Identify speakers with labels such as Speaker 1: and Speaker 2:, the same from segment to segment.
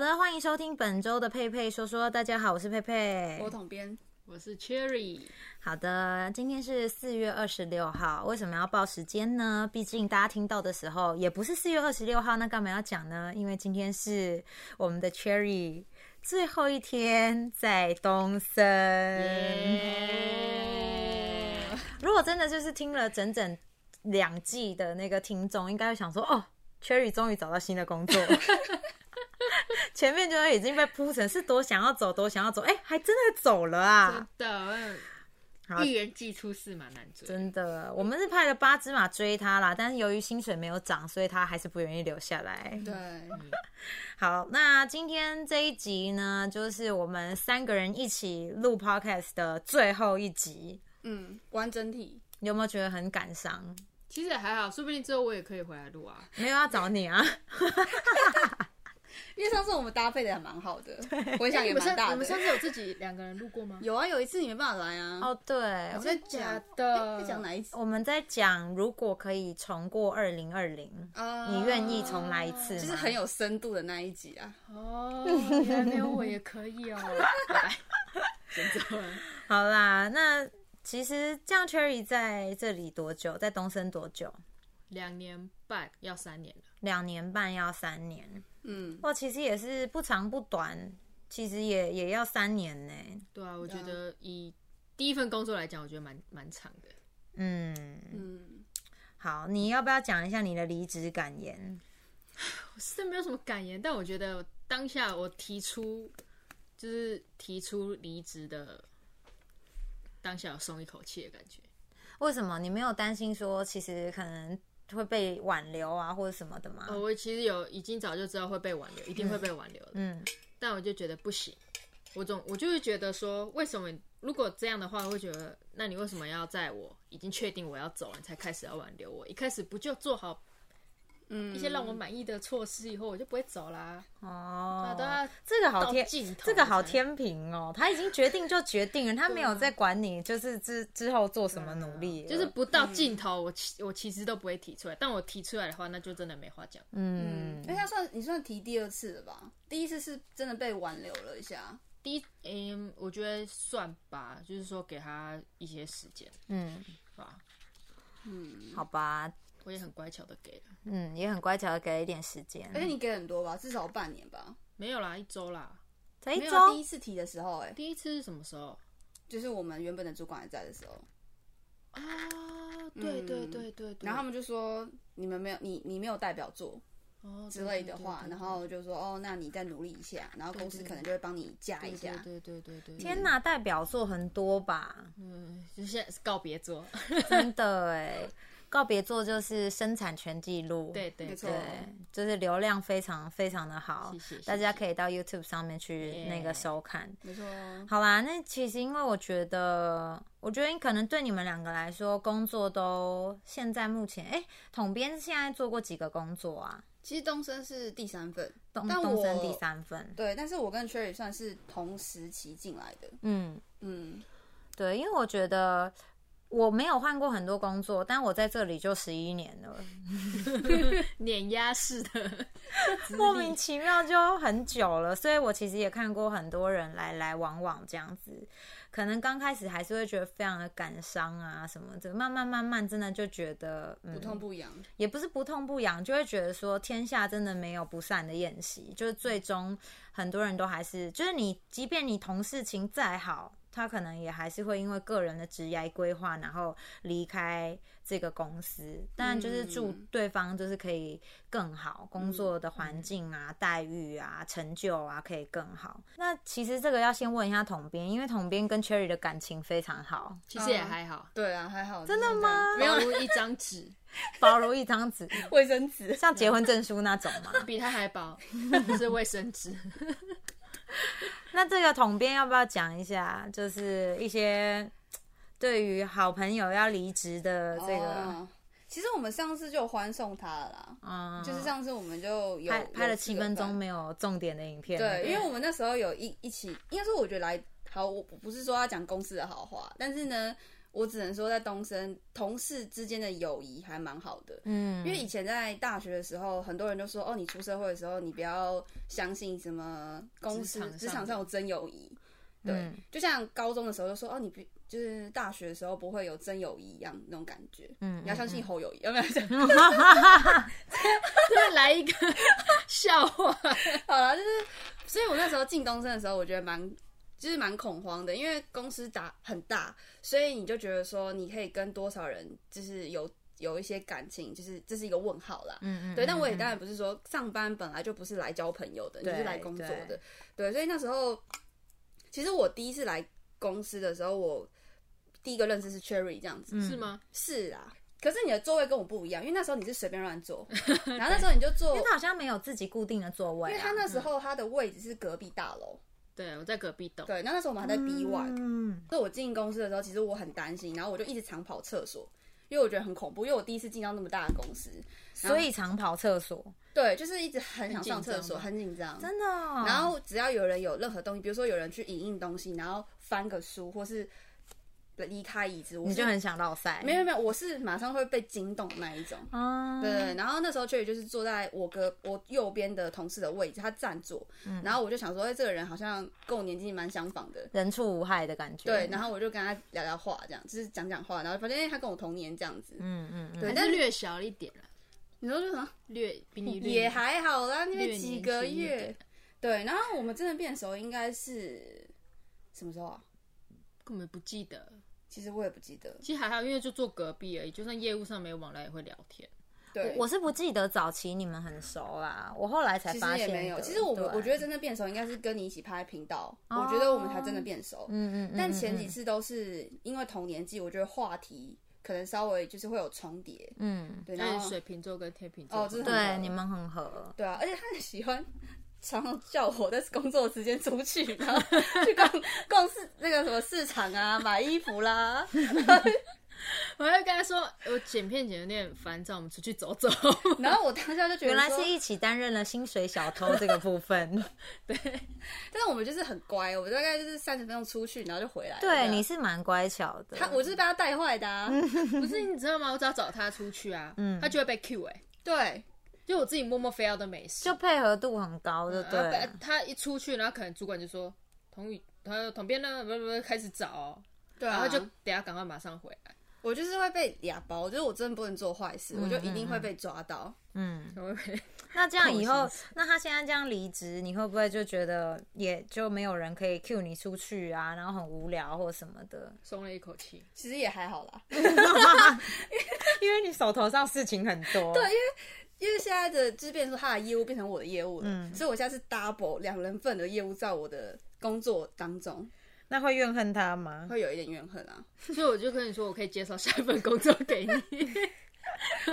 Speaker 1: 的，欢迎收听本周的佩佩说说。大家好，我是佩佩
Speaker 2: 我。统编，
Speaker 3: 我是 Cherry，
Speaker 1: 好的，今天是四月二十六号，为什么要报时间呢？毕竟大家听到的时候也不是四月二十六号，那干嘛要讲呢？因为今天是我们的 Cherry 最后一天在东森。
Speaker 2: 嗯
Speaker 1: 如果真的就是听了整整两季的那个听众，应该会想说，哦，Cherry 终于找到新的工作。 前面就已经被铺成是多想要走，多想要走，哎、还真的走了啊！
Speaker 3: 真的，
Speaker 1: 好
Speaker 3: 一言既出驷马难追。
Speaker 1: 真的，我们是派了八只马追他啦，但是由于薪水没有涨，所以他还是不愿意留下来。
Speaker 2: 对，
Speaker 3: 嗯
Speaker 1: 好，那今天这一集呢，就是我们三个人一起录 podcast 的最后一集，
Speaker 2: 嗯，完整体，
Speaker 1: 你有没有觉得很感伤？
Speaker 3: 其实也还好，说不定之后我也可以回来录啊。
Speaker 1: 没有要找你啊，
Speaker 2: 因为上次我们搭配的还蛮好 的，回响也
Speaker 3: 哎你们
Speaker 2: 蛮
Speaker 3: 上
Speaker 2: 大
Speaker 3: 你们上
Speaker 2: 的。
Speaker 3: 次有嗯自己两个人录过吗？
Speaker 2: 有啊，有一次你没办法来啊，
Speaker 1: 哦，对，
Speaker 2: 在讲
Speaker 3: 的
Speaker 2: 在讲哪一次？
Speaker 1: 我们在讲如果可以重过二零二零，
Speaker 3: 哦
Speaker 2: 啊
Speaker 1: 你愿意重来一次吗？
Speaker 2: 就是很有深度的那一集啊。
Speaker 3: 哦，原来没有我也可以 哦。 来，真的，
Speaker 1: 好啦，那其实这样 Cherry 在这里多久？在东森多久？
Speaker 3: 两年半要三年了，
Speaker 1: 两年半要三年，
Speaker 2: 嗯，
Speaker 1: 哇，其实也是不长不短，其实也也要三年呢。
Speaker 3: 对啊，我觉得以第一份工作来讲，我觉得蛮蛮长的。
Speaker 1: 嗯，
Speaker 2: 嗯，
Speaker 1: 好，你要不要讲一下你的离职感言？
Speaker 3: 我是没有什么感言，但我觉得当下我提出就是提出离职的，当下有松一口气的感觉。
Speaker 1: 为什么你没有担心说其实可能会被挽留啊或者什么的吗？
Speaker 3: 哦，我其实有已经早就知道会被挽留，一定会被挽留的，
Speaker 1: 嗯
Speaker 3: 但我就觉得不行，我总我就会觉得说，为什么如果这样的话，我会觉得那你为什么要在我已经确定我要走了，你才开始要挽留我？一开始不就做好
Speaker 2: 嗯
Speaker 3: 一些让我满意的措施，以后我就不会走啦。
Speaker 1: 哦
Speaker 3: 啊，都要
Speaker 1: 这个好
Speaker 3: 到
Speaker 1: 天，
Speaker 3: 尽头
Speaker 1: 这个好
Speaker 3: 才啊
Speaker 1: 天平哦，他已经决定就决定了，他没有在管你，就是之之后做什么努力了，
Speaker 3: 就是不到尽头，我其我其实都不会提出来，但我提出来的话，那就真的没话讲。
Speaker 1: 嗯
Speaker 2: 嗯，因为他算你算提第二次了吧？第一次是真的被挽留了一下，
Speaker 3: 第一，嗯，我觉得算吧，就是说给他一些时间，
Speaker 1: 嗯，
Speaker 3: 是吧？
Speaker 2: 嗯，
Speaker 1: 好吧，
Speaker 3: 我也很乖巧的给了，
Speaker 1: 嗯，也很乖巧的给了一点时间
Speaker 3: 哎
Speaker 2: 而，且你给很多吧，至少半年吧。
Speaker 3: 没有啦，一周啦。
Speaker 1: 才
Speaker 3: 哎
Speaker 2: 没
Speaker 1: 一
Speaker 2: 有啊第
Speaker 1: 周
Speaker 2: 一次提的时候，哎，
Speaker 3: 第一次是什么时候？
Speaker 2: 就是我们原本的主管还在的时候，
Speaker 3: 啊，对对
Speaker 2: 嗯
Speaker 3: 对对对，
Speaker 2: 然后他们就说你们没有你你没有代表作，
Speaker 3: 哦
Speaker 2: 之类的话，然后就说哦，那你再努力一下，然后公司可能就会帮你加
Speaker 3: 对
Speaker 2: 一下。
Speaker 3: 对对对对，
Speaker 1: 天哪，代表作很多 吧，
Speaker 3: 嗯，就现在是告别作，
Speaker 2: 哦
Speaker 1: 真的哎，告别作就是生产全记录，
Speaker 3: 对对
Speaker 2: 没错
Speaker 3: 对，
Speaker 1: 对，就是流量非常非常的好
Speaker 3: 谢谢谢，谢
Speaker 1: 大家可以到 YouTube 上面去那个
Speaker 3: Yeah
Speaker 1: 收看，
Speaker 2: 没错，
Speaker 1: 好啦，那其实因为我觉得，我觉得可能对你们两个来说，工作都现在目前，哎、统编现在做过几个工作啊？
Speaker 2: 其实东升是第三份，
Speaker 1: 东
Speaker 2: 但我
Speaker 1: 东升第三份，
Speaker 2: 对，但是我跟 Cherry 算是同时期进来的，
Speaker 1: 嗯，
Speaker 2: 嗯，
Speaker 1: 对，因为我觉得我没有换过很多工作，但我在这里就十一年了，
Speaker 3: 碾压式的，
Speaker 1: 莫名其妙就很久了，所以我其实也看过很多人来来往往这样子，可能刚开始还是会觉得非常的感伤啊什么的，慢慢慢慢真的就觉得、嗯、
Speaker 2: 不痛不痒，
Speaker 1: 也不是不痛不痒，就会觉得说天下真的没有不散的宴席，就是最终很多人都还是，就是你即便你同事情再好，他可能也还是会因为个人的职业规划，然后离开这个公司。当然就是祝
Speaker 2: 嗯
Speaker 1: 对方就是可以更好，工作的环境啊、待遇啊、成就啊可以更好。那其实这个要先问一下统编，因为统编跟 Cherry 的感情非常好，
Speaker 3: 其实也还好，
Speaker 2: 对啊，还好，真的
Speaker 1: 吗
Speaker 2: 没有
Speaker 3: 有一张纸，
Speaker 1: 薄如一张纸，
Speaker 2: 卫生纸，
Speaker 1: 像结婚证书那种嘛。
Speaker 3: 比它还 薄，是卫生纸。
Speaker 1: 那这个统编要不要讲一下？就是一些对于好朋友要离职的这个，
Speaker 2: 哦其实我们上次就有欢送他了啦，
Speaker 1: 嗯，
Speaker 2: 就是上次我们就有
Speaker 1: 拍拍了
Speaker 2: 有吃
Speaker 1: 七
Speaker 2: 个
Speaker 1: 分钟
Speaker 2: 饭
Speaker 1: 没有重点的影片，
Speaker 2: 对，因为我们那时候有一一起，应该说我觉得来好，我不不是说要讲公司的好话，但是呢，我只能说在东森同事之间的友谊还蛮好的。
Speaker 1: 嗯，
Speaker 2: 因为以前在大学的时候，很多人都说哦，你出社会的时候，你不要相信什么公
Speaker 3: 职
Speaker 2: 司
Speaker 3: 场上
Speaker 2: 职场上有真友谊。对，
Speaker 1: 嗯
Speaker 2: 就像高中的时候就说哦，你不就是大学的时候不会有真友谊一样那种感觉。
Speaker 1: 嗯
Speaker 2: 你要相信侯友谊，要不然讲
Speaker 3: 突然来一个 笑话，
Speaker 2: 好了，就是，所以我那时候进东森的时候，我觉得蛮。就是蛮恐慌的，因为公司打很大，所以你就觉得说你可以跟多少人就是有有一些感情，就是这是一个问号啦。
Speaker 1: 嗯嗯，
Speaker 2: 对，但我也
Speaker 1: 嗯
Speaker 2: 当然不是说上班本来就不是来交朋友的，你
Speaker 1: 对
Speaker 2: 就是来工作的，对，所以那时候其实我第一次来公司的时候，我第一个认识是 Cherry 这样
Speaker 1: 嗯
Speaker 2: 子，
Speaker 3: 是吗？
Speaker 2: 是啊，可是你的座位跟我不一样，因为那时候你是随便 乱坐，然后那时候你就坐
Speaker 1: 因为，他好像没有自己固定的座位啊，
Speaker 2: 因为他那时候他的位置是隔壁大楼，
Speaker 3: 对，我在隔壁栋，哎
Speaker 2: 对，那那时候我们还在 B one，、
Speaker 1: 嗯，
Speaker 2: 所以我进公司的时候，其实我很担心，然后我就一直常跑厕所。因为我觉得很恐怖，因为我第一次进到那么大的公司，
Speaker 1: 所以常跑厕所，
Speaker 2: 对，就是一直很想上
Speaker 3: 很紧张
Speaker 2: 厕所，
Speaker 3: 吧
Speaker 2: 很紧张，
Speaker 1: 真的哦。
Speaker 2: 然后只要有人有任何东西，比如说有人去影印东西，然后翻个书，或是离开椅子，我
Speaker 1: 你
Speaker 2: 是
Speaker 1: 就很想落塞，
Speaker 2: 没有没有，我是马上会被惊动的那一种。
Speaker 1: 啊？
Speaker 2: 对，然后那时候确实就是坐在我隔我右边的同事的位置，他占座，然后我就想说，哎、这个人好像跟我年纪蛮相仿的，
Speaker 1: 人畜无害的感觉。
Speaker 2: 对，然
Speaker 1: 后
Speaker 2: 后我就跟他聊聊话，这样就是讲讲话，然后发现哎、他跟我同年这样子，
Speaker 1: 嗯嗯嗯，
Speaker 2: 对
Speaker 3: 还
Speaker 2: 但
Speaker 3: 是
Speaker 2: 是
Speaker 3: 略小一点了，
Speaker 2: 你说就什么
Speaker 3: 略比你略
Speaker 2: 也还好啦，因
Speaker 3: 略
Speaker 2: 为
Speaker 3: 年
Speaker 2: 几个
Speaker 3: 轻一
Speaker 2: 月
Speaker 3: 点，
Speaker 2: 对，然后我们真的变熟应该是什么时候啊？
Speaker 3: 根本不记得。
Speaker 2: 其实我也不记得，
Speaker 3: 其实还好，因为就坐隔壁而已，就算业务上没有往来也会聊天。
Speaker 2: 哦对，
Speaker 1: 我是不记得早期你们很熟啦，我后来才
Speaker 2: 其
Speaker 1: 发
Speaker 2: 实
Speaker 1: 现
Speaker 2: 也
Speaker 1: 的。
Speaker 2: 没有。其实我们
Speaker 1: 对
Speaker 2: 我觉得真的变熟，应该是跟你一起拍频道，
Speaker 1: 哦
Speaker 2: 我觉得我们才真的变熟。
Speaker 1: 嗯嗯嗯，
Speaker 2: 但
Speaker 1: 嗯
Speaker 2: 前几，次都是因为同年纪，我觉得话题可能稍微就是会有重叠，
Speaker 1: 嗯，
Speaker 2: 对，
Speaker 3: 但
Speaker 2: 然
Speaker 3: 是
Speaker 2: 后
Speaker 3: 水瓶座跟天秤座
Speaker 2: 哦这是
Speaker 3: 对
Speaker 2: 很
Speaker 1: 对，你们很合。
Speaker 2: 对啊，而且他很喜欢。常常叫我在工作时间出去，然后去逛逛市那个什么市场啊，买衣服啦。
Speaker 3: 我还会跟他说，我剪片剪得有点烦躁，我们出去走 走。
Speaker 2: 然后我当下就觉得
Speaker 1: 原来
Speaker 2: 说
Speaker 1: 是一起担任了薪水小偷这个部 分，
Speaker 2: 但是我们就是很乖，我们大概就是三十分钟出去，然后就回来了。这
Speaker 1: 对，啊
Speaker 2: 样
Speaker 1: 你嗯是蛮乖巧的。
Speaker 2: 他，我就是被他带坏的啊。
Speaker 3: 不是你知道吗？我只要找他出去啊，
Speaker 1: 嗯
Speaker 3: 他就会被 Q 哎、
Speaker 2: 对，
Speaker 3: 就我自己默默非要都没事。
Speaker 1: 就配合度很高，对不
Speaker 3: 然后
Speaker 1: 对
Speaker 3: 被？他一出去，然后可能主管就说同宇，他同边呢，不不不开始找哦、
Speaker 2: 对
Speaker 3: 然
Speaker 2: 啊，
Speaker 3: 后就等下赶快马上回来，
Speaker 2: 我就是会被哑包，我觉得我真的不能做坏事，我就一定会被抓到。
Speaker 1: 嗯，
Speaker 3: 我会被
Speaker 1: 那这样以后
Speaker 3: 扣薪，
Speaker 1: 那他现在这样离职，你会不会就觉得也就没有人可以 cue 你出去啊，然后很无聊或什么的？
Speaker 3: 松了一口气。
Speaker 2: 其实也还好啦，
Speaker 1: 因为你手头上事情很多。对，
Speaker 2: 因为现在的就是变成说他的业务变成我的业务了，
Speaker 1: 嗯
Speaker 2: 所以我现在是 double 两人份的业务在我的工作当中，
Speaker 1: 那会怨恨他吗？
Speaker 2: 会有一点怨恨 啊。
Speaker 3: 所以我就跟你说，我可以介绍下一份工作给 你。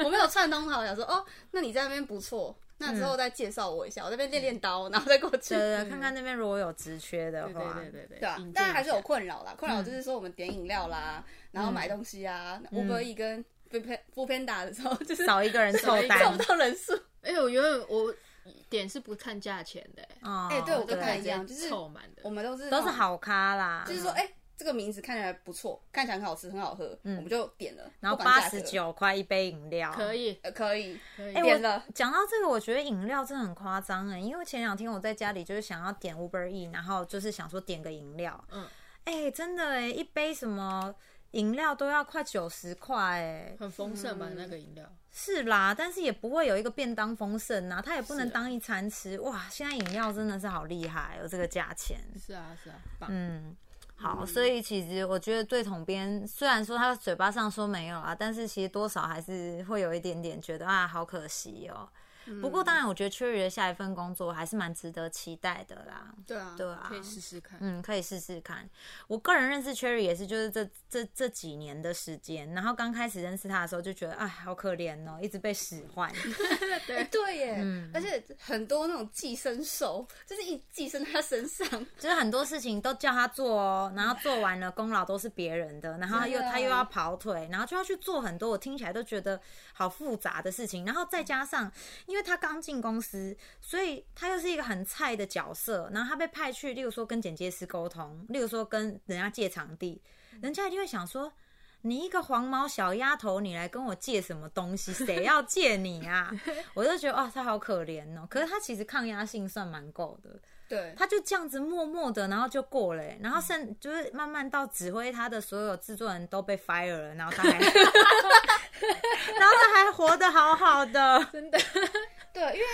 Speaker 2: 我没有串通好，想说哦，那你在那边不错，那之后再介绍我一下，我这边练练刀，然后再过
Speaker 1: 嗯
Speaker 2: 去
Speaker 1: 对。对，对看看那边如果有职缺的
Speaker 3: 对对
Speaker 1: 话，
Speaker 3: 对对对，
Speaker 2: 对啊
Speaker 3: 引荐一，下
Speaker 2: 但还是有困扰啦。困
Speaker 1: 嗯
Speaker 2: 扰就是说我们点饮料啦，然后买东西啊，五百亿跟不偏不偏打的时候，就是
Speaker 1: 嗯少一个人凑
Speaker 2: 找
Speaker 1: 单
Speaker 2: 不。到人数。
Speaker 3: 哎、我原本我点是不看价钱的、哎
Speaker 1: 哦
Speaker 2: 哎对我跟
Speaker 1: 对
Speaker 2: 他一样
Speaker 3: 直接
Speaker 2: 就是
Speaker 3: 凑满的
Speaker 2: 我。们都是
Speaker 1: 都
Speaker 2: 那
Speaker 1: 是
Speaker 2: 种
Speaker 1: 好咖啦，
Speaker 2: 就是说，哎、这个名字看起来不错，看起来很好吃，很好喝，我们就点了。
Speaker 1: 嗯然后
Speaker 2: 不管
Speaker 1: 八
Speaker 2: 价格
Speaker 1: 十，九块一杯饮料，
Speaker 3: 可
Speaker 1: 以。
Speaker 3: 以，
Speaker 2: 呃，可以，
Speaker 3: 可以。
Speaker 1: 哎、
Speaker 2: 点了
Speaker 1: 我讲到这个，我觉得饮料真的很夸张哎，因为前两天我在家里就是想要点 Uber E，然后就是想说点个饮料，
Speaker 3: 嗯，
Speaker 1: 哎、真的哎、一杯什么饮料都要快九十块哎，
Speaker 3: 很丰盛吧、那个饮料，
Speaker 2: 嗯
Speaker 1: 是啦，但是也不会有一个便当丰盛啊，它也不能
Speaker 3: 是啊
Speaker 1: 当一餐吃，哇，现在饮料真的是好厉害，有这个价钱，
Speaker 3: 是啊是啊，棒。
Speaker 1: 嗯，好，所以其实我觉得对统编，虽然说他嘴巴上说没有啊，但是其实多少还是会有一点点觉得啊，好可惜哦。不过当然，我觉得 Cherry 的下一份工作还是蛮值得期待的啦。
Speaker 2: 对啊，
Speaker 1: 对啊
Speaker 3: 可，以试试看。
Speaker 1: 嗯，可以试试看。我个人认识 Cherry 也是，就是这这这几年的时间，然后刚开始认识他的时候就觉得，哎，好可怜哦，一直被使唤。
Speaker 2: 哎对耶，
Speaker 1: 嗯
Speaker 2: 而且很多那种寄生兽，就是一寄生在他身上，
Speaker 1: 就是很多事情都叫他做哦，然后做完了功劳都是别人的，然后他又
Speaker 2: 嗯真的
Speaker 1: 他又要跑腿，然后就要去做很多我听起来都觉得好复杂的事情，然后再加上因为他刚进公司，所以他又是一个很菜的角色，然后他被派
Speaker 2: 嗯
Speaker 1: 去，例如说跟剪接师沟通，例如说跟人家借场地，人家一定会想说。你一个黄毛小丫头，你来跟我借什么东 西？谁要借你啊？我就觉得哦，她好可怜哦。可是她其实抗压性算蛮够的，
Speaker 2: 对，
Speaker 1: 他就这样子默默的，然后就过了欸、然后甚就是慢慢到指挥他的所有制作人都被 fire 了，然后他还，然后他还活得好好的，
Speaker 3: 真的，
Speaker 2: 对，因为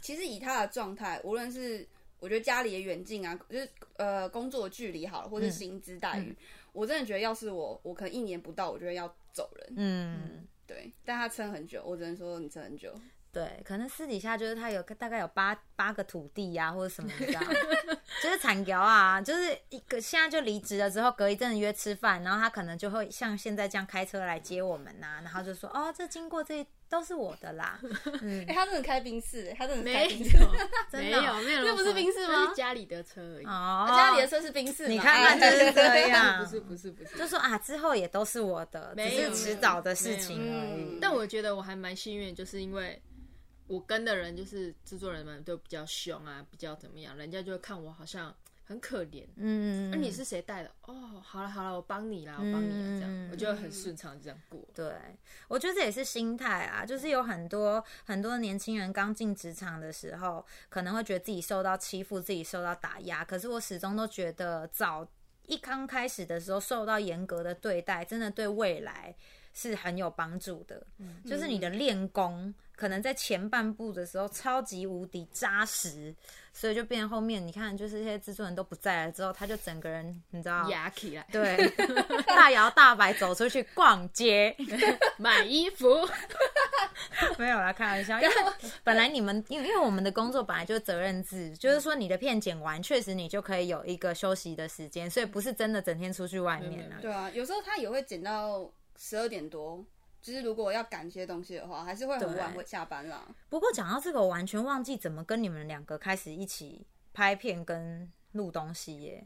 Speaker 2: 其实以他的状态，无论是我觉得家里的远近啊，就是呃工作距离好了，或是
Speaker 1: 嗯
Speaker 2: 薪资待遇，我真的觉得要是我，我可能一年不到，我就会要走人。
Speaker 1: 嗯，
Speaker 2: 对，但他撑很久，我只能说你撑很久。
Speaker 1: 对，可能私底下就是他有大概有八八个土地呀、或者什么的，啊就是惨条啊，就是一个现在就离职了之后，隔一阵子约吃饭，然后他可能就会像现在这样开车来接我们呐、然后就说哦，这经过这都是我的啦，嗯
Speaker 2: 哎、，他真的开宾士，他真的是
Speaker 3: 没
Speaker 2: 开
Speaker 3: 有
Speaker 2: 宾 士，
Speaker 1: 真
Speaker 3: 没
Speaker 1: 的
Speaker 3: 有
Speaker 1: 哦
Speaker 3: 没有，
Speaker 2: 那不是冰室吗
Speaker 3: 那是家里的车而已，
Speaker 1: 哦，
Speaker 2: 家里的车是宾士嘛，啊
Speaker 1: 你看看就是这样，
Speaker 2: 嗯
Speaker 3: 不是不是不是。
Speaker 1: 就说啊，之后也都是我的，只
Speaker 3: 没有
Speaker 1: 是迟早的事情
Speaker 3: 没
Speaker 2: 有
Speaker 1: 而
Speaker 2: 没
Speaker 1: 已
Speaker 2: 有。
Speaker 3: 但我觉得我还蛮幸运，就是因为我跟的人就是制作人们都比较凶啊，比较怎么样，人家就会看我好像很可怜。
Speaker 1: 嗯，
Speaker 3: 那、你是谁带的？哦，好了好了，我帮你啦，我帮你啊啦，这样
Speaker 1: 嗯
Speaker 3: 我就很顺畅这样过。
Speaker 1: 对，我觉得这也是心态啊，就是有很多很多年轻人刚进职场的时候，可能会觉得自己受到欺负，自己受到打压，可是我始终都觉得早。一刚开始的时候受到严格的对待，真的对未来是很有帮助的。就是你的练功，可能在前半部的时候超级无敌扎实，所以就变成后面你看，就是这些制作人都不在了之后，他就整个人你知道，
Speaker 3: 压起来，
Speaker 1: 对， 大摇大摆走出去逛街，
Speaker 3: 买衣 服，
Speaker 1: 没有啦，开玩笑。因为本来你们，因为因为我们的工作本来就是责任制，就是说你的片剪完，确实你就可以有一个休息的时间，所以不是真的整天出去外面啊。
Speaker 2: 对啊，有时候他也会剪到十二点多，就是如果要赶一些东西的话，还是会很晚
Speaker 1: 对
Speaker 2: 会下班啦。
Speaker 1: 不过讲到这个，我完全忘记怎么跟你们两个开始一起拍片跟录东西耶。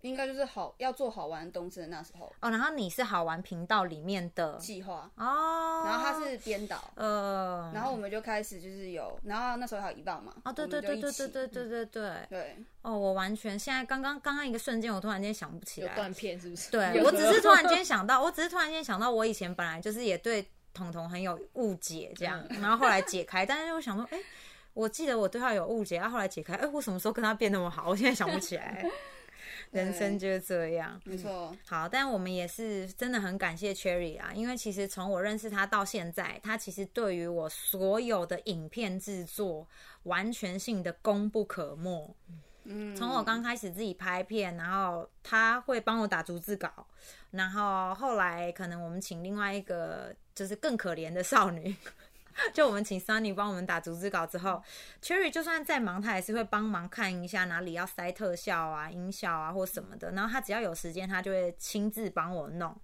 Speaker 2: 应该就是好要做好玩的东西的那时候
Speaker 1: 哦，然后你是好玩频道里面的
Speaker 2: 计划，
Speaker 1: 哦，
Speaker 2: 然后他是编导，
Speaker 1: 呃，
Speaker 2: 然后我们就开始就是有，然后那时候还有一棒嘛，
Speaker 1: 哦，对
Speaker 2: 我们
Speaker 1: 对
Speaker 2: 就
Speaker 1: 对
Speaker 2: 一
Speaker 1: 对
Speaker 2: 起
Speaker 1: 对对对对对，
Speaker 2: 对
Speaker 1: 哦，我完全现在刚刚刚刚一个瞬间，我突然间想不起
Speaker 3: 有
Speaker 1: 来，
Speaker 3: 断片是不是？
Speaker 1: 对
Speaker 3: 有
Speaker 1: 我只是突然间想到，我只是突然间想到，我以前本来就是也对彤彤很有误解这样，然后后来解开，但是我想说，哎、我记得我对他有误解，然、后后来解开，哎、我什么时候跟他变那么好？我现在想不起来，人生就是这样。
Speaker 2: 没错，
Speaker 1: 好，但我们也是真的很感谢 Cherry 啊，因为其实从我认识他到现在，他其实对于我所有的影片制作完全性的功不可没。
Speaker 2: 嗯，
Speaker 1: 从我刚开始自己拍片，然后他会帮我打逐字稿，然后后来可能我们请另外一个就是更可怜的少女， 就我们请 Sunny 帮我们打逐字稿之后，Cherry 就算再忙，她也是会帮忙看一下哪里要塞特效啊、音效啊或什么的。然后她只要有时间，她就会亲自帮我弄。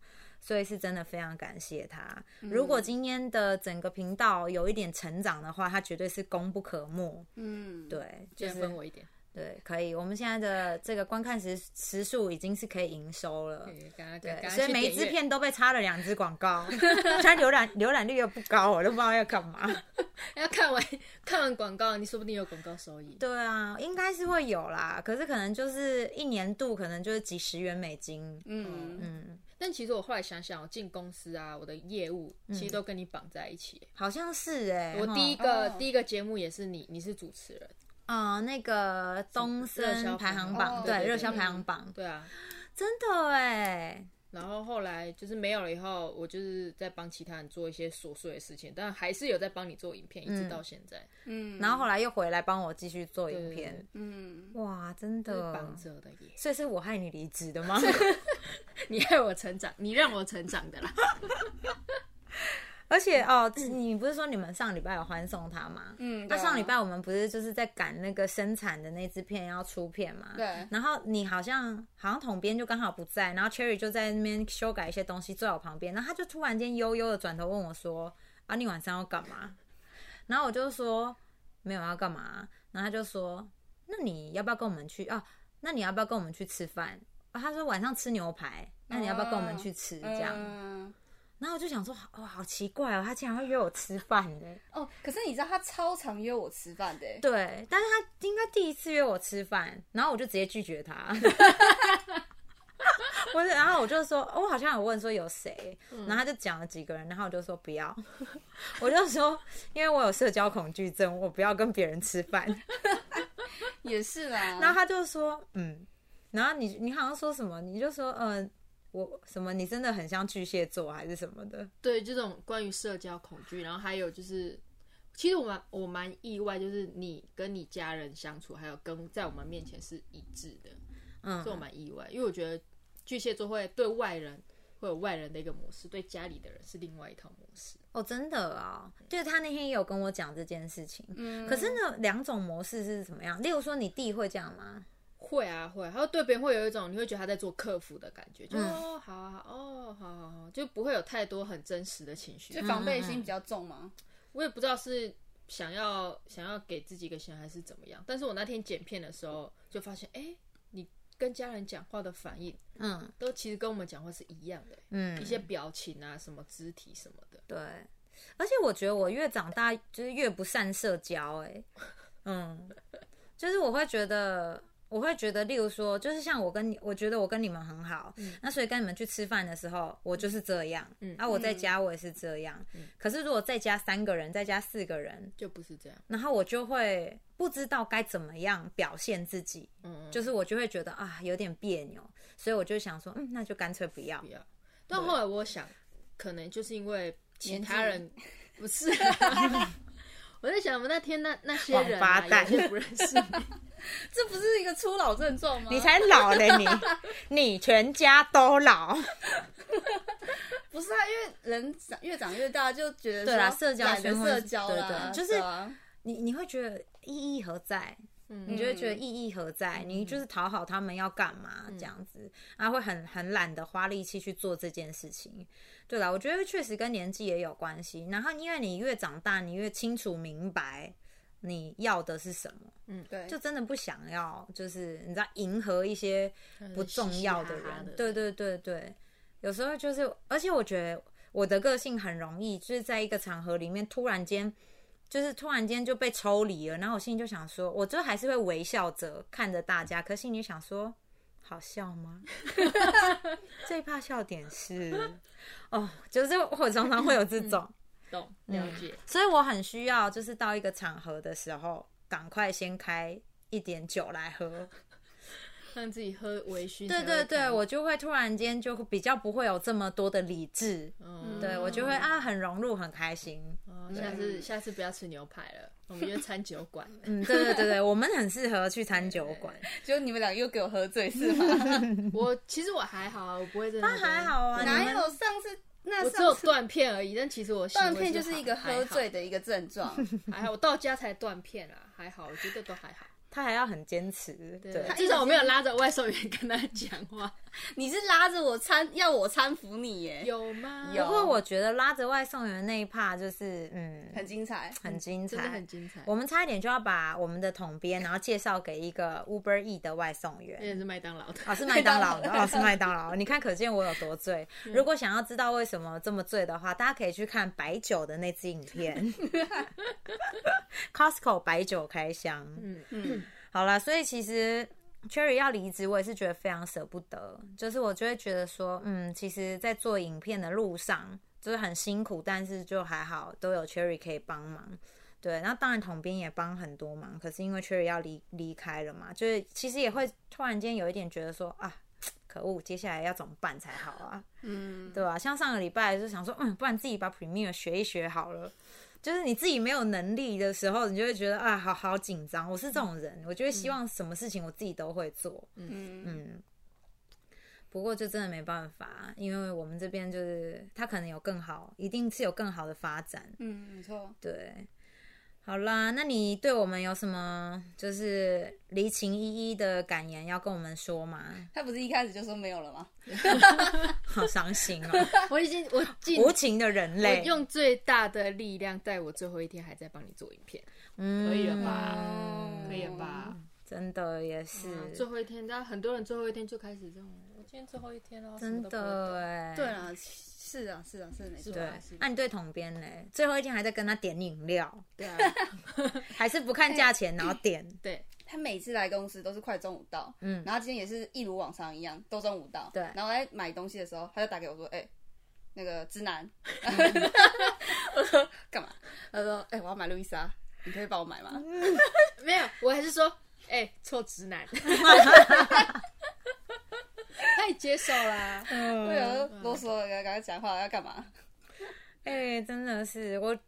Speaker 1: 所以是真的非常感谢她。如果今天的整个频道有一点成长的话，她绝对是功不可没。
Speaker 2: 嗯，
Speaker 1: 对，就
Speaker 3: 先
Speaker 1: 是
Speaker 3: 分我一点，
Speaker 1: 对，可以。我们现在的这个观看时时数已经是可以营收了，
Speaker 3: 对赶快赶
Speaker 1: 对，
Speaker 3: 快
Speaker 1: 所以
Speaker 3: 去
Speaker 1: 每一
Speaker 3: 点
Speaker 1: 支
Speaker 3: 阅
Speaker 1: 片都被插了两支广 告，它浏览浏览率又不高，我都不知道要干嘛。
Speaker 3: 要看完看完广告，你说不定有广告收益。
Speaker 1: 对啊，应该是会有啦，可是可能就是一年度可能就是几十元美金。
Speaker 2: 嗯嗯，
Speaker 1: 嗯，
Speaker 3: 但其实我后来想想，我进公司啊，我的业务其实都跟你绑在一起。
Speaker 1: 好像是哎、
Speaker 3: 我
Speaker 1: 嗯哈
Speaker 3: 第一个、
Speaker 2: 哦
Speaker 3: 第一个节目也是你，你是主持人，
Speaker 1: 啊、那个东
Speaker 3: 热
Speaker 1: 森
Speaker 3: 销
Speaker 1: 排行
Speaker 3: 排行
Speaker 1: 榜，哦
Speaker 2: 榜
Speaker 1: 对
Speaker 2: 对对
Speaker 1: 热
Speaker 2: 对
Speaker 1: 销排行榜，
Speaker 3: 对啊。
Speaker 1: 真的哎，
Speaker 3: 然后后来就是没有了以后，我就是在帮其他人做一些琐碎的事情，但还是有在帮你做影片，一直到现在。
Speaker 2: 嗯
Speaker 1: 然后后来又回来帮我继续做
Speaker 3: 对
Speaker 1: 影
Speaker 3: 对
Speaker 1: 片，
Speaker 2: 嗯，
Speaker 1: 哇，真
Speaker 3: 对
Speaker 1: 的
Speaker 3: 是绑着的耶，
Speaker 1: 所以是我害你离职的 吗？
Speaker 3: 你害我成长，你让我成长的啦。
Speaker 1: 而且哦，你不是说你们上礼拜有欢送他吗？
Speaker 2: 嗯
Speaker 1: 那
Speaker 2: 对啊
Speaker 1: 上礼拜我们不是就是在赶那个生产的那支片要出片嘛？
Speaker 2: 对
Speaker 1: 然后你好像好像统编就刚好不在，然后 Cherry 就在那边修改一些东西，坐在我旁边，然后他就突然间悠悠的转头问我说：“啊，你晚上要干嘛？”然后我就说：“没有要干嘛。”啊然后他就说：“那你要不要跟我们去啊？那你要不要跟我们去吃饭？”啊，他说晚上吃牛排，那你要不要跟我们去吃？这样。
Speaker 2: 嗯
Speaker 1: 然后我就想说，好哦，好奇怪哦，他竟然会约我吃饭 的。
Speaker 2: 哦，可是你知道他超常约我吃饭的欸，
Speaker 1: 对，但是 他应该第一次约我吃饭，然后我就直接拒绝他。我然后我就说，哦我好像有问说有谁，然后他就讲了几个人，然后我就说不要， 我就说因为我有社交恐惧症，我不要跟别人吃 饭。
Speaker 2: 也是啦。
Speaker 1: 然后他就说，嗯，然后你你好像说什么，你就说，嗯、我什么，你真的很像巨蟹座还是什么的，
Speaker 3: 对这种关于社交恐惧，然后还有就是，其实我蛮我蛮意外，就是你跟你家人相处，还有跟在我们面前是一致的，
Speaker 1: 嗯
Speaker 3: 这我蛮意外，因为我觉得巨蟹座会对外人会有外人的一个模式，对家里的人是另外一套模式。
Speaker 1: 哦，真的啊、就是他那天也有跟我讲这件事情。
Speaker 2: 嗯
Speaker 1: 可是呢，两种模式是怎么样？例如说，你弟会这样吗？
Speaker 3: 会啊会，还有对别人会有一种你会觉得他在做客服的感觉，就、
Speaker 1: 嗯
Speaker 3: 哦好啊好哦好好好，就不会有太多很真实的情绪
Speaker 2: 就。防备
Speaker 1: 嗯
Speaker 2: 心比较重嘛。
Speaker 3: 我也不知道是想要想要给自己一个形象还是怎么样，但是我那天剪片的时候就发现，哎、你跟家人讲话的反应
Speaker 1: 嗯
Speaker 3: 都其实跟我们讲话是一样的、
Speaker 1: 嗯，
Speaker 3: 一些表情啊、什么肢体什么的。
Speaker 1: 对。而且我觉得我越长大就是越不善社交、欸，嗯，就是我会觉得，我会觉得，例如说，就是像我跟你，我觉得我跟你们很好，那所以跟你们去吃饭的时候，我就是这样，
Speaker 3: 嗯
Speaker 1: 啊，我在家我也是这样，可是如果再加三个人，再加四个人，
Speaker 3: 就不是这样，
Speaker 1: 然后我就会不知道该怎么样表现自己，
Speaker 3: 嗯，
Speaker 1: 就是我就会觉得啊有点别扭，所以我就想说，嗯，那就干脆不要
Speaker 3: 不，要。但后来我想，可能就是因为其他 人不是、 我在想，我们那天那那些人、
Speaker 1: 王
Speaker 3: 啊、
Speaker 1: 八
Speaker 3: 有
Speaker 1: 蛋
Speaker 3: 些不认识 你，
Speaker 2: 这不是一个初老症状吗？
Speaker 1: 你才老嘞 你，你全家都老。
Speaker 2: 不是啊，因为人长越长越大，就觉得
Speaker 1: 对啦
Speaker 2: 说
Speaker 1: 社交
Speaker 2: 懒得
Speaker 1: 圈会
Speaker 2: 社交啦，
Speaker 1: 对对就是
Speaker 2: 对啊
Speaker 1: 你你会觉得意义何在？
Speaker 3: 嗯嗯
Speaker 1: 你就会觉得意义何在？你就是讨好他们要干嘛这样子，啊，会很很懒得花力气去做这件事情。对啦，我觉得确实跟年纪也有关系。然后因为你越长大，你越清楚明白你要的是什么，
Speaker 2: 对，
Speaker 1: 就真的不想要，就是你知道迎合一些不重要
Speaker 3: 的
Speaker 1: 的人。
Speaker 3: 人，
Speaker 1: 对对对对，有时候就是，而且我觉得我的个性很容易，就是在一个场合里面突然间，就是突然间就被抽离了，然后我心里就想说，我就还是会微笑着看着大家，可心里想说。好笑吗？ 最怕笑点是，哦，就是我常常会有这种，
Speaker 3: 懂
Speaker 1: 嗯
Speaker 3: 了解。
Speaker 1: 所以我很需要，就是到一个场合的时候，赶快先开一点酒来喝，
Speaker 3: 让自己喝微醺才
Speaker 1: 对
Speaker 3: 会
Speaker 1: 对
Speaker 3: 开。
Speaker 1: 对，我就会突然间就比较不会有这么多的理智，
Speaker 3: 嗯，
Speaker 1: 对我就会啊很融入，很开心。
Speaker 3: 哦下次下次不要吃牛排了，我们约餐酒馆。
Speaker 1: 嗯，对对对对，我们很适合去餐 酒馆，
Speaker 2: 就你们俩又给我喝醉是 吗？
Speaker 3: 我其实我还好啊，我不会真的。
Speaker 1: 那还好啊，
Speaker 2: 哪
Speaker 1: 你们
Speaker 2: 有？上次那
Speaker 3: 我只有
Speaker 2: 上次
Speaker 3: 断片而已，但其实我行为
Speaker 2: 断片就是一个
Speaker 3: 还
Speaker 2: 喝醉，的一个症状，
Speaker 3: 还好还好，我到家才断片啊，还好，我觉得都还好。
Speaker 1: 他还要很坚持，对
Speaker 3: 至少我没有拉着外送员跟他讲 话，
Speaker 2: 你是拉着我搀要我搀扶你耶，
Speaker 3: 有吗？
Speaker 2: 有
Speaker 1: 不过我觉得拉着外送员那一趴就是，嗯，
Speaker 2: 很精彩。
Speaker 1: 很精
Speaker 3: 真的
Speaker 1: 彩
Speaker 3: 很。精彩。
Speaker 1: 我们差一点就要把我们的统编，然后介绍给一个 Uber E 的外送员
Speaker 3: 那。也是麦当劳的，
Speaker 1: 哦，是麦当劳的，
Speaker 2: 麦当劳
Speaker 1: 哦，是麦当劳。你看，可见我有多醉。如果想要知道为什么这么醉的话，大家可以去看白酒的那支影片，Costco 白酒开箱。
Speaker 3: 嗯，
Speaker 2: 嗯，
Speaker 1: 好啦，所以其实 Cherry 要离职，我也是觉得非常舍不得。就是我就会觉得说，嗯，其实，在做影片的路上，就是很辛苦，但是就还好，都有 Cherry 可以帮忙。对，那当然统编也帮很多忙，可是因为 Cherry 要离离开了嘛，就是其实也会突然间有一点觉得说啊，可恶，接下来要怎么办才好啊？
Speaker 2: 嗯，
Speaker 1: 对吧、像上个礼拜就想说，嗯，不然自己把 Premiere 学一学好了。就是你自己没有能力的时候，你就会觉得啊，好好紧张。我是这种
Speaker 3: 嗯
Speaker 1: 人，我就会希望什么事情我自己都会做。
Speaker 2: 嗯，
Speaker 1: 嗯，不过就真的没办法，因为我们这边就是他可能有更好，一定是有更好的发展。
Speaker 2: 嗯，没错。
Speaker 1: 对，好啦，那你对我们有什么就是离情依依的感言要跟我们说吗？
Speaker 2: 他不是一开始就说没有了吗？
Speaker 1: 好伤心 哦，
Speaker 3: 我已经我尽
Speaker 1: 无情的人
Speaker 3: 我
Speaker 1: 类，
Speaker 3: 用最大的力量，在我最后一天还在帮你做影片，
Speaker 1: 嗯
Speaker 3: 可以了吧
Speaker 1: 嗯
Speaker 3: 可以了吧？
Speaker 1: 真的也是，
Speaker 3: 嗯最后一天，但很多人最后一天就开始这种，我今天最后一天了，
Speaker 1: 真
Speaker 3: 什么都不会
Speaker 1: 的哎，
Speaker 2: 对啦，是啊，是啊，是没错。
Speaker 3: 是
Speaker 1: 对
Speaker 3: 吧是，
Speaker 1: 那、你对统编呢？最后一天还在跟他点饮料，
Speaker 3: 对啊，
Speaker 1: 还是不看价钱然后 点？
Speaker 3: 对，
Speaker 2: 他每次来公司都是快中午到，
Speaker 1: 嗯
Speaker 2: 然后今天也是一如往常一样，都中午到。
Speaker 1: 对
Speaker 2: 然后在买东西的时候，他就打给我说：“哎、那个 直男，我说干嘛？”他说：“哎、我要买路易莎，你可以帮我买吗
Speaker 3: 没有，我还是说，哎、臭直 男，他也接受啦。？”啊
Speaker 2: 我
Speaker 1: 嗯，
Speaker 2: 有啊啰嗦了，赶快讲话要干嘛？
Speaker 1: 哎、真的是我，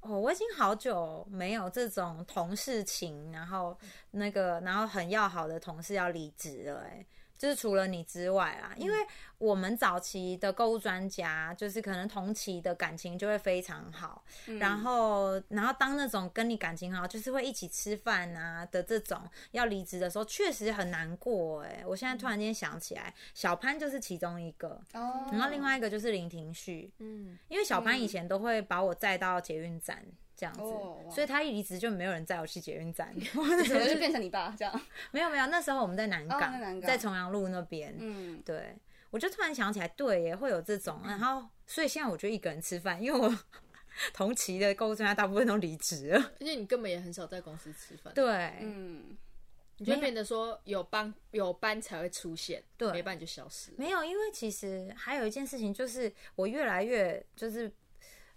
Speaker 1: 哦，我已经好久没有这种同事情，然后那个然后很要好的同事要离职了、哎。就是除了你之外啦，
Speaker 3: 嗯
Speaker 1: 因为我们早期的购物专家，就是可能同期的感情就会非常好，
Speaker 2: 嗯
Speaker 1: 然后然后当那种跟你感情好，就是会一起吃饭啊的这种要离职的时候，确实很难过哎、我现在突
Speaker 2: 嗯
Speaker 1: 然间想起来，小潘就是其中一个，
Speaker 2: 哦
Speaker 1: 然后另外一个就是林廷旭，
Speaker 3: 嗯，
Speaker 1: 因为小潘以前都会把我载到捷运站这样子，
Speaker 2: 哦哇
Speaker 1: 所以他一离职就没有人载我去捷运 站。
Speaker 2: 可能就变成你爸这样。
Speaker 1: 没有没有，那时候我们在南港，
Speaker 2: 哦在南港
Speaker 1: 在重阳路那边。
Speaker 2: 嗯，
Speaker 1: 对，我就突然想起来，对耶，会有这种。然后，所以现在我就一个人吃饭，因为我 同期的购物专家大部分都离职了。
Speaker 3: 而且你根本也很少在公司吃饭，
Speaker 1: 对，
Speaker 2: 嗯，
Speaker 3: 你就会变得说有班有班才会出现，
Speaker 1: 对
Speaker 3: 没班你就消失了。
Speaker 1: 没有，因为其实还有一件事情，就是我越来越就是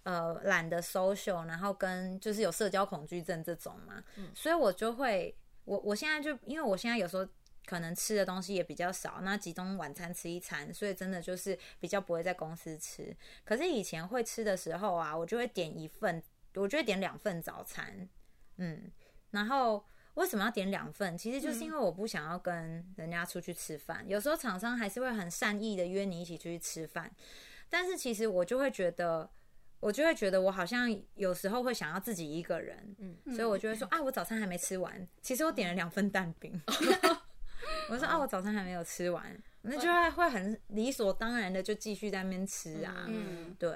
Speaker 1: 呃懒得 social，然后跟就是有社交恐惧症这种嘛，所以我就会我我现在就因为我现在有时候。可能吃的东西也比较少，那集中晚餐吃一餐，所以真的就是比较不会在公司吃。可是以前会吃的时候啊，我就会点一份，我就会点两份早餐，嗯，然后为什么要点两份？其实就是
Speaker 2: 嗯
Speaker 1: 因为我不想要跟人家出去吃饭。有时候厂商还是会很善意的约你一起出去吃饭，但是其实我就会觉得，我就会觉得我好像有时候会想要自己一个人，
Speaker 3: 嗯
Speaker 1: 所以我就会说啊，我早餐还没吃完。其实我点了两份蛋 饼，我说啊，我早餐还没有吃完，那就
Speaker 2: 哦
Speaker 1: 会会很理所当然的就继续在那边吃啊，
Speaker 2: 嗯
Speaker 1: 对，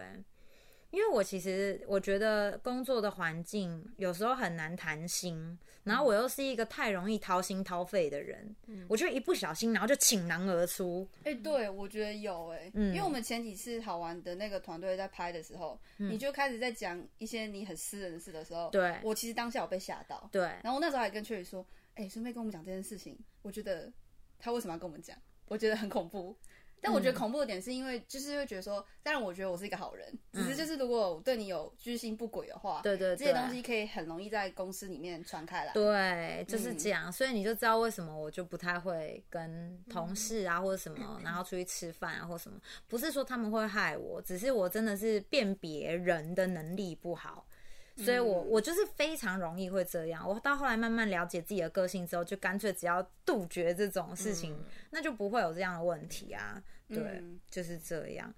Speaker 1: 因为我其实我觉得工作的环境有时候很难谈心，然后我又是一个太容易掏心掏肺的人，
Speaker 2: 嗯
Speaker 1: 我就一不小心，然后就倾囊而出。
Speaker 2: 哎、对，我觉得有哎、
Speaker 1: 嗯
Speaker 2: 因为我们前几次好玩的那个团队在拍的时候，你就开始在讲一些你很私人的事的时候，
Speaker 1: 嗯对
Speaker 2: 我其实当下有被吓到，
Speaker 1: 对，
Speaker 2: 然后我那时候还跟秋雨说，哎、顺便跟我们讲这件事情，我觉得他为什么要跟我们讲，我觉得很恐怖。但我
Speaker 1: 嗯
Speaker 2: 觉得恐怖的点是因为，就是会觉得说，当然我觉得我是一个好人，只是就是如果我对你有居心不轨的
Speaker 1: 嗯
Speaker 2: 话，
Speaker 1: 对对对
Speaker 2: 这些东西可以很容易在公司里面传开来。嗯
Speaker 1: 对，就是这样，所以你就知道为什么我就不太会跟同
Speaker 2: 嗯
Speaker 1: 事啊、或者什么，然后出去吃饭啊或什么。不是说他们会害我，只是我真的是辨别人的能力不好，所以
Speaker 2: 嗯
Speaker 1: 我、我就是非常容易会这样。我到后来慢慢了解自己的个性之后，就干脆只要杜绝这种事情，
Speaker 3: 嗯
Speaker 1: 那就不会有这样的问题啊。对，
Speaker 2: 嗯
Speaker 1: 就是这样。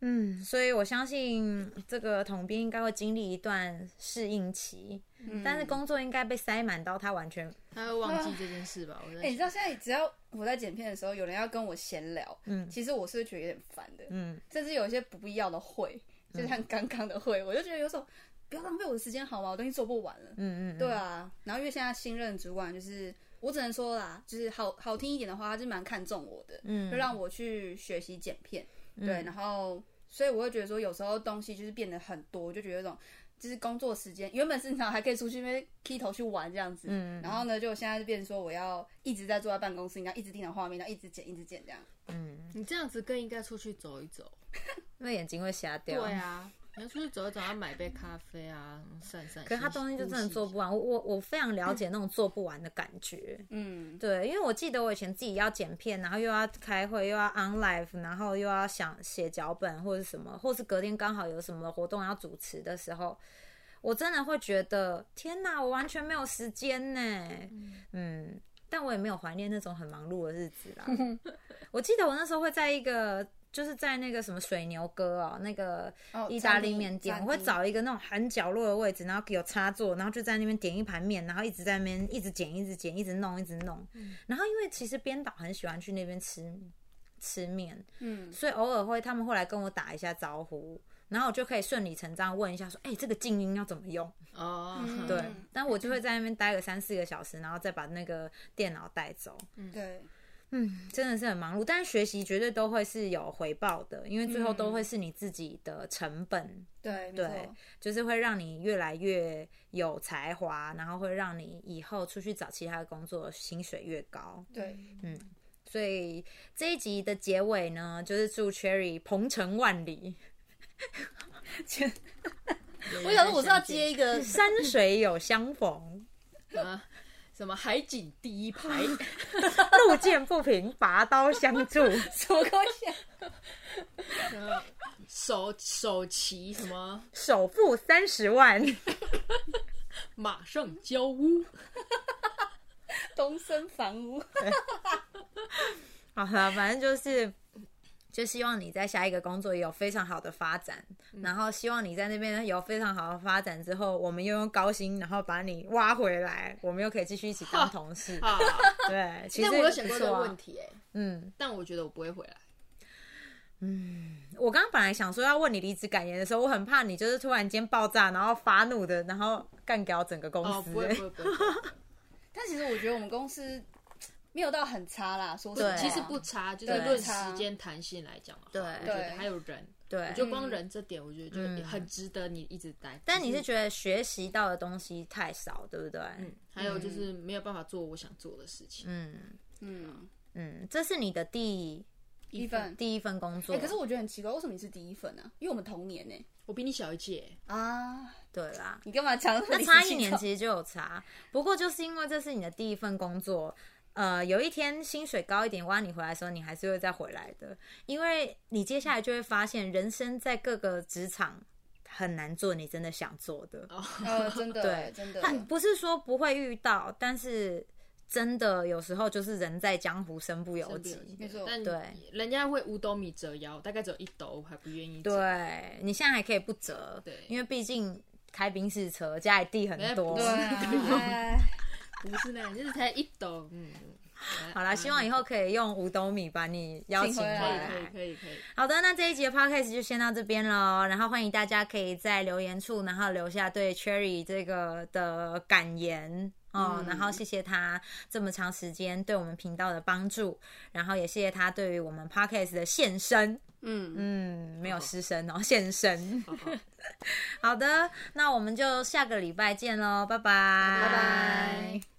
Speaker 1: 嗯，所以我相信这个统编应该会经历一段适应期，
Speaker 2: 嗯
Speaker 1: 但是工作应该被塞满到他完全
Speaker 3: 他会忘记这件事吧？我在
Speaker 2: 哎、你知道现在只要我在剪片的时候，有人要跟我闲聊，
Speaker 1: 嗯
Speaker 2: 其实我是会觉得有点烦的，
Speaker 1: 嗯
Speaker 2: 甚至有一些不必要的会，就像刚刚的会，我就觉得有种不要浪费我的时间好吗？我东西做不完了。
Speaker 1: 嗯嗯，嗯
Speaker 2: 对，啊，然后因为现在新任主管就是，我只能说啦，就是好好听一点的话，他就蛮看重我的，
Speaker 1: 嗯
Speaker 2: 就让我去学习剪片，对，然后所以我会觉得说，有时候东西就是变得很多，我就觉得有种就是工作时间原本是常还可以出去那边剃头去玩这样子，
Speaker 1: 嗯
Speaker 2: 然后呢，就现在就变成说我要一直在坐在办公室，然后一直盯着画面，然后一直剪，一直剪这样，
Speaker 1: 嗯，
Speaker 3: 你这样子更应该出去走一走。
Speaker 1: 那眼睛会瞎掉。
Speaker 3: 对，啊，你要出去走一走，要买杯咖啡啊，散散。
Speaker 1: 可是他东西就真的做不完，我我我非常了解那种做不完的感觉。
Speaker 2: 嗯，
Speaker 1: 对，因为我记得我以前自己要剪片，然后又要开会，又要 on live，然后又要想写脚本或者什么，或是隔天刚好有什么活动要主持的时候，我真的会觉得天哪，我完全没有时间呢。嗯，但我也没有怀念那种很忙碌的日子啦。 我记得我那时候会在一个。就是在那个什么水牛哥哦，那个
Speaker 2: 哦
Speaker 1: 意大利面店，
Speaker 2: 餐
Speaker 1: 我
Speaker 2: 厅
Speaker 1: 会
Speaker 2: 餐厅
Speaker 1: 找一个那种很角落的位置，然后有插座，然后就在那边点一盘面，然后一直在那边一直剪，一直剪，一直弄，一直弄。
Speaker 2: 嗯
Speaker 1: 然后因为其实编导很喜欢去那边吃吃面，
Speaker 2: 嗯，
Speaker 1: 所以偶尔会他们会来跟我打一下招呼，然后我就可以顺理成章问一下说，哎、这个静音要怎么用？
Speaker 3: 哦，
Speaker 2: 嗯
Speaker 1: 对， 但我就会在那边待个三四个小时，然后再把那个电脑带走。
Speaker 2: 对，
Speaker 1: 嗯，真的是很忙碌，但是学习绝对都会是有回报的，因为最后
Speaker 2: 嗯
Speaker 1: 都会是你自己的成本，
Speaker 2: 对，没
Speaker 1: 对
Speaker 2: 错，
Speaker 1: 就是会让你越来越有才华，然后会让你以后出去找其他的工作薪水越高。
Speaker 2: 对，
Speaker 1: 嗯所以这一集的结尾呢，就是祝 Cherry 鹏程万里，
Speaker 2: 我想说我是要接一个
Speaker 1: 山水有相逢，
Speaker 3: 啊什么海景第 一排，
Speaker 1: 路见不平拔刀相助。
Speaker 2: 什么东西啊，
Speaker 3: 然后手手骑什么
Speaker 1: 首付三十万，
Speaker 3: 马上交屋，
Speaker 2: 东升房屋，
Speaker 1: 好了，反正就是。就希望你在下一个工作也有非常好的发展，
Speaker 3: 嗯
Speaker 1: 然后希望你在那边有非常好的发展之后，我们又用高薪，然后把你挖回来，我们又可以继续一起当同事。
Speaker 3: 啊！
Speaker 1: 对，其实
Speaker 3: 但我有想过
Speaker 1: 不
Speaker 3: 这
Speaker 1: 错
Speaker 3: 个
Speaker 1: 啊
Speaker 3: 问题哎、
Speaker 2: 欸
Speaker 1: 嗯，
Speaker 3: 但我觉得我不会回来。
Speaker 1: 我刚刚本来想说要问你离职感言的时候，我很怕你就是突然间爆炸，然后发怒的，然后干掉整个公
Speaker 3: 哦，
Speaker 1: 司、欸
Speaker 3: 不会不会不会不会，
Speaker 2: 但其实我觉得我们公司没有到很差啦，说实
Speaker 1: 对啊
Speaker 2: 话，
Speaker 3: 其实不差，就是
Speaker 2: 对
Speaker 3: 论
Speaker 2: 不差
Speaker 3: 时间弹性来讲的话，
Speaker 1: 对
Speaker 3: 我觉得
Speaker 2: 对
Speaker 3: 还有人，
Speaker 1: 对
Speaker 3: 我，觉得光人这点，我觉得
Speaker 1: 嗯
Speaker 3: 就很值得你一直待。
Speaker 1: 但你
Speaker 3: 只
Speaker 1: 是觉得学习到的东西太少，对不对？
Speaker 3: 嗯，还有就是没有办法做我想做的事情。
Speaker 1: 嗯
Speaker 2: 嗯，
Speaker 1: 嗯，这是你的第
Speaker 2: 一份。
Speaker 1: 第一份工作。
Speaker 2: 哎、可是我觉得很奇怪，为什么你是第一份呢、啊？因为我们同年呢、
Speaker 3: 我比你小一届，
Speaker 2: 啊，
Speaker 1: 对啦，
Speaker 2: 你干嘛讲
Speaker 1: 那差一年其实就有差，不过就是因为这是你的第一份工作，呃，有一天薪水高一点挖你回来的时候，你还是会再回来的，因为你接下来就会发现，人生在各个职场很难做你真的想做的。
Speaker 2: 呃，真 的，
Speaker 1: 对
Speaker 2: 真的，欸
Speaker 1: 他不是说不会遇到，但是真的有时候就是人在江湖身不由己。
Speaker 2: 没错
Speaker 3: 但
Speaker 1: 对
Speaker 3: 人家会五斗米折腰，大概只有一斗，我还不愿意折。
Speaker 1: 对啊你现在还可以不折，
Speaker 3: 对
Speaker 1: 因为毕竟开宾士车，家里地很多。
Speaker 3: 不
Speaker 2: 对
Speaker 3: 是
Speaker 2: 啊，哎
Speaker 3: 不是那样，就是才一斗。嗯，嗯
Speaker 1: 好啦，希望以后可以用五斗米把你邀请
Speaker 2: 请回
Speaker 1: 回
Speaker 3: 可以
Speaker 2: 来
Speaker 3: 可以
Speaker 1: 来。
Speaker 3: 可以可以。
Speaker 1: 好的，那这一集的 podcast 就先到这边喽。然后欢迎大家可以在留言处，然后留下对 Cherry 这个的感言哦。
Speaker 3: 嗯
Speaker 1: 然后谢谢他这么长时间对我们频道的帮助，然后也谢谢他对于我们 podcast 的献身。
Speaker 2: 嗯，
Speaker 1: 嗯，没有
Speaker 3: 好
Speaker 1: 失声哦，现身。
Speaker 3: 好 好
Speaker 1: 好的，那我们就下个礼拜见喽，拜拜，
Speaker 3: 拜拜。